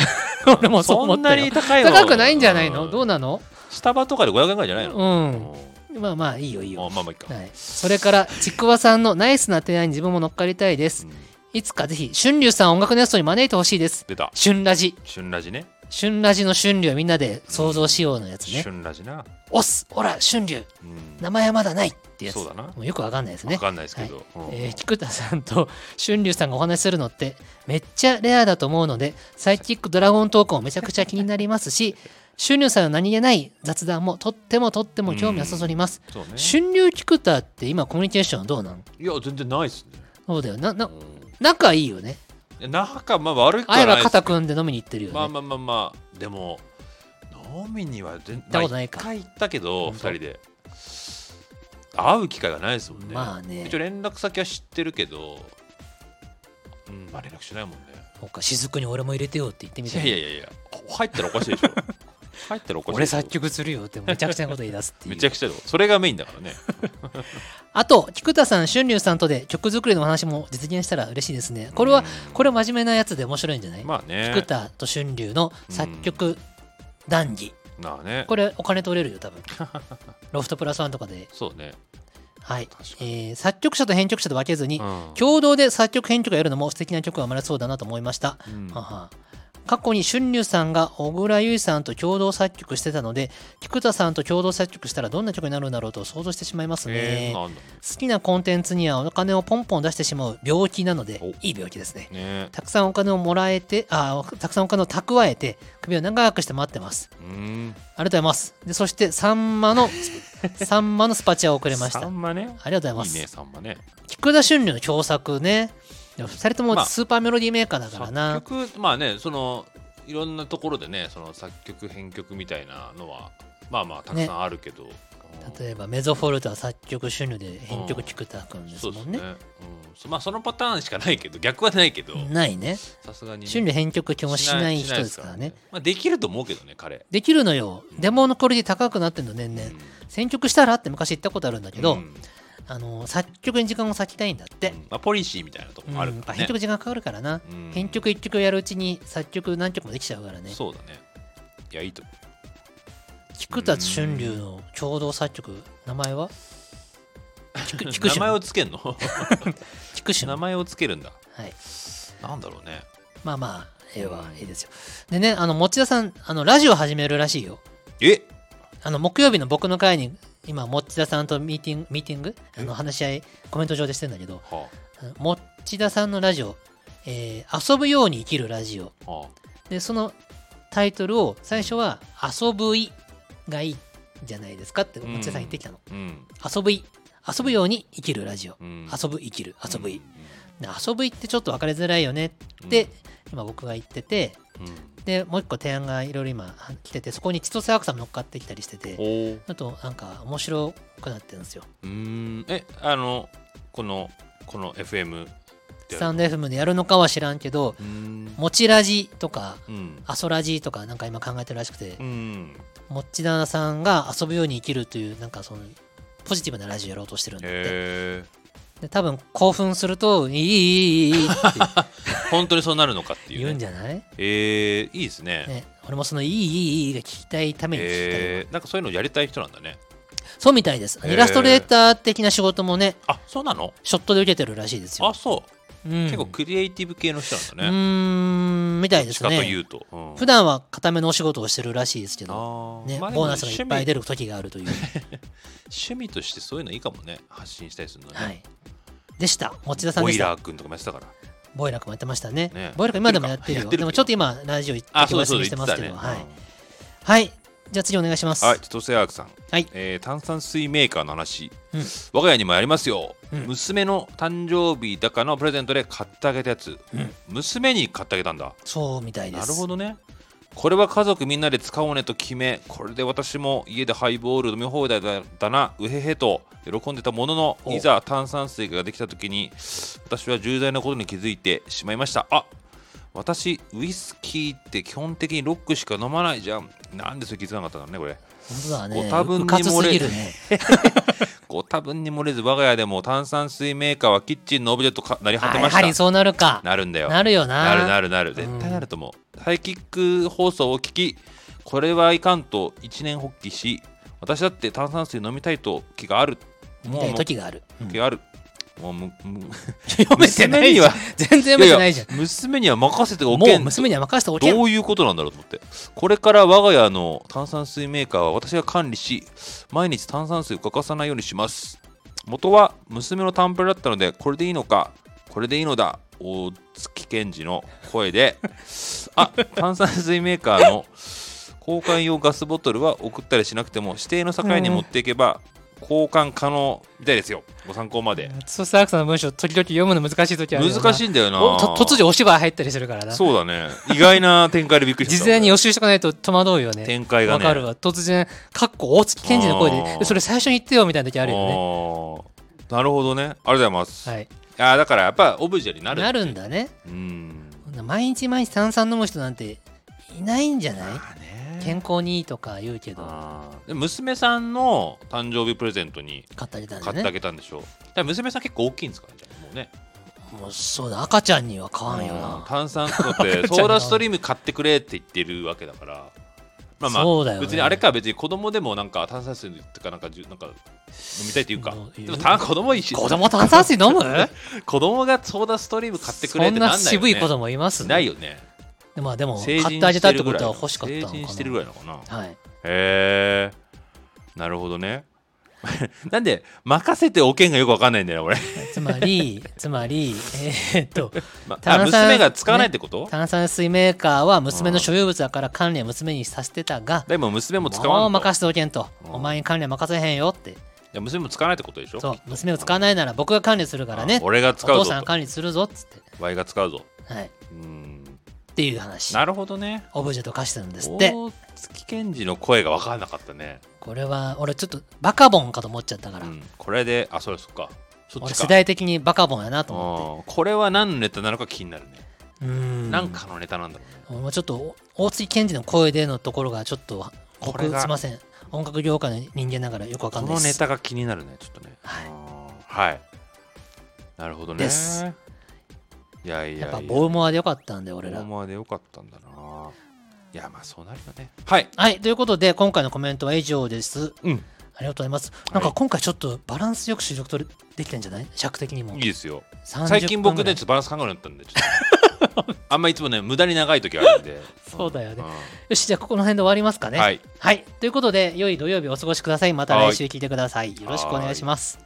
A: 俺 もそう思ったよ
B: んなに高いの
A: 高くないんじゃないの
B: ん
A: どうなの
B: スタバとかで500円ぐらいじゃないの、
A: うん。まあまあ、いいよ、いい
B: うんあ
A: よ。
B: まあまあいいか、
A: はい。それから、ちくわさんのナイスな提案に自分も乗っかりたいです
B: う。ん
A: いつかぜひ、春龍さんを音楽ネストに招いてほしいです。
B: 出た
A: 春ラジ。
B: 旬ラジね
A: 春ラジの春龍をみんなで想像しようのやつね。
B: 旬ラジな、
A: おっす、おら、春龍。
B: うん、
A: 名前はまだないってやつ。
B: そうだな
A: もうよくわかんないですね
B: 分。かんないですけど、うん
A: えー、菊田さんと春龍さんがお話しするのってめっちゃレアだと思うのでサイキックドラゴントークもめちゃくちゃ気になりますし春流祭の何気ない雑談もとってもとっても興味をそそります、
B: そうね
A: 春流キクタって今コミュニケーションはどうなん
B: いや全然ないっすね
A: そうだよなな
B: うん
A: 仲いいよね
B: いや仲まあ悪くは
A: あ
B: な
A: え
B: いっす
A: ば肩組んで飲みに行ってるよね、
B: まあまあまあまあでも飲みには全行った
A: ことないか
B: 一回行ったけど
A: 本
B: 2
A: 当
B: 人で会う機会がないですもんね,、
A: まあね
B: 一応連絡先は知ってるけどうんまあ連絡しないもんね
A: そっか雫に俺も入れてよって言ってみ
B: い
A: た
B: や
A: い
B: いやいやいや入ったらおかしい でしょ入ったらおかしい
A: 俺
B: でしょ
A: 作曲するよってめちゃくちゃなこと言い出すっていう
B: めちゃくちゃだよそれがメインだからね
A: あと菊田さん春龍さんとで曲作りのお話も実現したら嬉しいですねこれは
B: うん
A: これ真面目なやつで面白いんじゃない、
B: まあね
A: 菊田と春龍の作曲談義
B: まあね
A: これお金取れるよ多 分ロフトプラスワンとかで、
B: そうね
A: はい
B: 確
A: え
B: かに、
A: ー作曲者と編曲者と分けずに、
B: うん
A: 共同で作曲編曲をやるのも素敵な曲が生まれそうだなと思いました、
B: うん
A: はは過去に春龍さんが小倉優衣さんと共同作曲してたので菊田さんと共同作曲したらどんな曲になるんだろうと想像してしまいますね、
B: えー、なんだ
A: 好きなコンテンツにはお金をポンポン出してしまう病気なので
B: お
A: いい病気ですね
B: ね
A: たくさんお金をもらえてあたくさんお金を蓄えて首を長くして待ってます
B: うん
A: ありがとうございますでそしてサンマ のサンマのスパチャをくれましたあ
B: さ
A: り
B: んまね
A: がとうございま
B: いい
A: す
B: ねさんまね
A: 菊田春龍の共作ね2人とも
B: まあ
A: スーパーメロディーメーカーだからな、
B: 作曲まあねそのいろんなところでねその作曲編曲みたいなのはまあまあたくさんあるけど、
A: 例えばメゾフォルトは作曲春龍で編曲菊田君です
B: そうで
A: も
B: す
A: ん
B: ね
A: ね
B: うんそまあそのパターンしかないけど逆はないけど
A: ないね
B: さすがにね、
A: 春龍編曲基本しない人
B: し
A: ですからね
B: まあ、できると思うけどね彼、
A: できるのよデモのクオリティ高くなってんの年々、
B: うん
A: 選曲したらって昔言ったことあるんだけど、
B: うん
A: あの作曲に時間を割きたいんだって、
B: うんまあ、ポリシーみたいなとこ
A: うん
B: もある
A: やっ
B: か
A: ぱ
B: らね
A: 編、曲時間かかるからな、
B: うん
A: 編曲1曲やるうちに作曲何曲もできちゃうからね
B: そうだねいやいいと思う
A: 菊田春龍の共同作曲名前は菊菊
B: 名前
A: 春
B: をつけ るの
A: 菊春
B: 名
A: は
B: 前をつけるんだ
A: い
B: なんだろうね
A: まあまあ絵は絵ですよでねあの持田さんあのラジオ始めるらしいよ
B: え
A: あの木曜日の僕の会に今持田さんとミーティングミーティングあの話し合いコメント上でしてんだけど
B: は
A: あの持田さんのラジオ、えー遊ぶように生きるラジオ
B: あはあ
A: でそのタイトルを最初は「遊ぶい」がいいんじゃないですかって松田さん言ってきたの、
B: うん
A: 遊ぶい遊ぶように生きるラジオ、
B: うん
A: 遊ぶ生きる遊ぶい、
B: う
A: で遊ぶいってちょっと分かりづらいよねって、今僕が言ってて
B: んうん
A: でもう一個提案がいろいろ今来ててそこに千歳アクさんも乗っかってきたりしてて
B: おー
A: ちょっとなんか面白くなってるんですよ
B: うーんえあのこのこの FM って
A: ス
B: やる
A: タンド FM でやるのかは知らんけど
B: うーん
A: 「もちラジ」とか
B: うん
A: 「アソラジ」とかなんか今考えてるらしくて
B: うん
A: もっちだなさんが遊ぶように生きるというなんかそのポジティブなラジオやろうとしてるんだって
B: へえ
A: で多分興奮すると「いいいいいいいい」って
B: 本当にそうなるのかっていう、ね、
A: 言うんじゃない、
B: えー、いいですね
A: ね、俺もその「いいいいいい」が聞きたいために聞きたいわ、
B: えー、なんかそういうのやりたい人なんだね
A: そうみたいです、
B: へー
A: イラストレーター的な仕事もね
B: あそうなの
A: ショットで受けてるらしいですよ
B: あそう、
A: うん、
B: 結構クリエイティブ系の人なん
A: う
B: だね、
A: ーんみたい
B: ど
A: で
B: っち
A: す
B: かとい
A: ね
B: うと、うん
A: 普段は固めのお仕事をしてるらしいですけど、
B: あー
A: ね
B: まあでも
A: ボーナスがいっぱい出る時があるという、
B: 趣味趣味としてそういうのいいかもね発信したりするのね、
A: はい、でした持田さん
B: ボ
A: で
B: イ
A: した
B: ラー君とかもやってたから
A: ボイラー君もやってましたね。
B: ね
A: ボイラー君今でもやってる
B: や
A: よ。
B: ってるけど
A: でもちょっと今、ラジオ行ってお
B: だ
A: 休みして
B: だ言っ
A: ま
B: て
A: すけ
B: たね
A: ど、はい
B: うん。
A: はい。じゃあ次お願いします。
B: はい、千歳アークさん、
A: はい
B: えー炭酸水メーカーの話、
A: うん
B: 我が家にもやりますよ、
A: うん
B: 娘の誕生日だかのプレゼントで買ってあげたやつ、
A: うん
B: 娘に買ってあげたんだ
A: そうみたいで
B: な
A: す。
B: るほどねこれは家族みんなで使おうねと決めこれで私も家でハイボール飲み放題だだなうへへと喜んでたもの
A: お
B: のいざ炭酸水ができた時に私は重大なことに気づいてしまいましたあ私ウイスキーって基本的にロックしか飲まないじゃんなんでそれ気づかなかったんだろうねこれ
A: 本当だね。
B: ご多分に
A: うかつ
B: 漏
A: す
B: れ
A: ぎるね。
B: ご多分に漏れず我が家でも炭酸水メーカーはキッチンのオブジェとかなり果
A: あ
B: て
A: や
B: ました
A: はりそうなるか。
B: なるんだよ
A: なるよな。
B: なるなるなる絶
A: う
B: 対
A: ん
B: なると思うハイキック放送を聞きこれはいかんと一年発起し私だって炭酸水飲みたいと気がある
A: み
B: も
A: たいうな時がある。うん
B: 気があるもうむむ
A: 読めてないじゃん。全然読めてないじゃん。
B: いやいや娘には任せてお
A: も
B: け
A: うん娘には任せておけん。
B: どういうことなんだろうと思ってこれから我が家の炭酸水メーカーは私が管理し毎日炭酸水を欠かさないようにします元は娘のタンプレだったのでこれでいいのかこれでいいのだ大 月健二の声であ炭酸水メーカーの交換用ガスボトルは送ったりしなくても指定の境に持っていけば交換可能みたいですよご参考まで
A: ツースアクさんの文章時々読むの難しい時あるよな
B: 難しいんだよな
A: おと突如お芝居入ったりするからな
B: そうだね意外な展開でびっ くりした
A: 事前に予習しとかないと戸惑うよね
B: 展開が
A: わ
B: ね
A: かるわ突然かっこ大月健二の声
B: あー
A: でえそれ最初に言ってよみたいな時あるよね
B: あーなるほどねありがとうございます、
A: はい
B: いやーだからやっぱオブジェになる
A: なるんだね
B: うん
A: こんな毎日毎日炭酸飲む人なんていないんじゃない
B: まあね
A: 健康にいいとか言うけど
B: あーで娘さんの誕生日プレゼントに
A: 買ったりだ
B: 買ってあ
A: ね
B: げたんでしょう、だから娘さん結構大きいんですかねじゃあもうね
A: もうそうだ赤ちゃんには買わんよ
B: うん
A: な
B: 炭酸 使って
A: 赤ちゃん
B: ソーダストリーム買ってくれって言ってるわけだからまあまあ
A: そうだよね
B: 別にあれか別に子供でもなんか炭酸水とかなんかじゅなんか飲みたいっていうか
A: もう
B: でもた子供いいし
A: 子供炭酸水飲む
B: 子供がソーダストリーム買ってくれ
A: そ
B: っ
A: ん
B: てなん
A: な
B: ないよ、ね、
A: 渋い子供います
B: ないよね
A: まあでも
B: 成
A: 買っ
B: 人
A: てあげたって
B: してるぐ
A: こ
B: らい
A: と
B: の
A: は欲しかったのか
B: 成人してるぐらいなのかな
A: なはい
B: へえなるほどね なんで任せておけんがよくわかんないんだよね俺
A: つま りつまりえーっと
B: まあ、
A: 炭酸
B: 娘が使わないってこと、
A: 炭酸水メーカーは娘の所有物だから管理は娘にさせてたが
B: でも娘も使わ
A: もう
B: ないと
A: 任せておけんと
B: うん
A: お前に管理は任せへんよって
B: いや娘も使わないってことでしょ
A: そう娘を使わないなら僕が管理するからね
B: あ俺が
A: お
B: 使う
A: 父
B: ぞ
A: さん
B: と
A: 管理するぞっつっ
B: ワイが使うぞ
A: てはいっ
B: うん
A: ていう話
B: なるほどね
A: オブジェと化してるんですって
B: 大月健二の声が分からなかったね、
A: これは俺ちょっとバカボンかと思っちゃったか
B: う
A: ら
B: ん、これであそうですかそっ
A: 俺
B: ち
A: 世
B: か
A: 代的にバカボンやなと思
B: うんこれは何のネタなのか気になるね、
A: ってうん
B: なんかのネタなんだろうね
A: もうちょっと大月健二の声でのところがちょっと
B: これ
A: 僕
B: が
A: すいません音楽業界の人間ながらよくわか
B: こ
A: んない
B: の
A: です
B: ネタが気になるねちょっとね
A: はい
B: はい、はい、なるほどね
A: です
B: いやいやい
A: やっぱボーモアでよかったんで俺
B: 大
A: ら
B: 間でよかったんだないやまあそうなるよねはい
A: はいということで今回のコメントは以上です
B: うん
A: ありがとうございますなんか今回ちょっとバランスよく収録取れできてんじゃない尺的にも
B: いいですよ
A: 30
B: 最近僕
A: 分ぐら
B: ね
A: い
B: ちょっとバランス考えるようになったんでちょっ とあんまいつもね無駄に長い時あるんで
A: そうだよね
B: ん
A: よしじゃあここの辺で終わりますかね
B: はい
A: はい、ということで良い土曜日お過ごしくださいまた来週聞いてくださいよろしくお願いします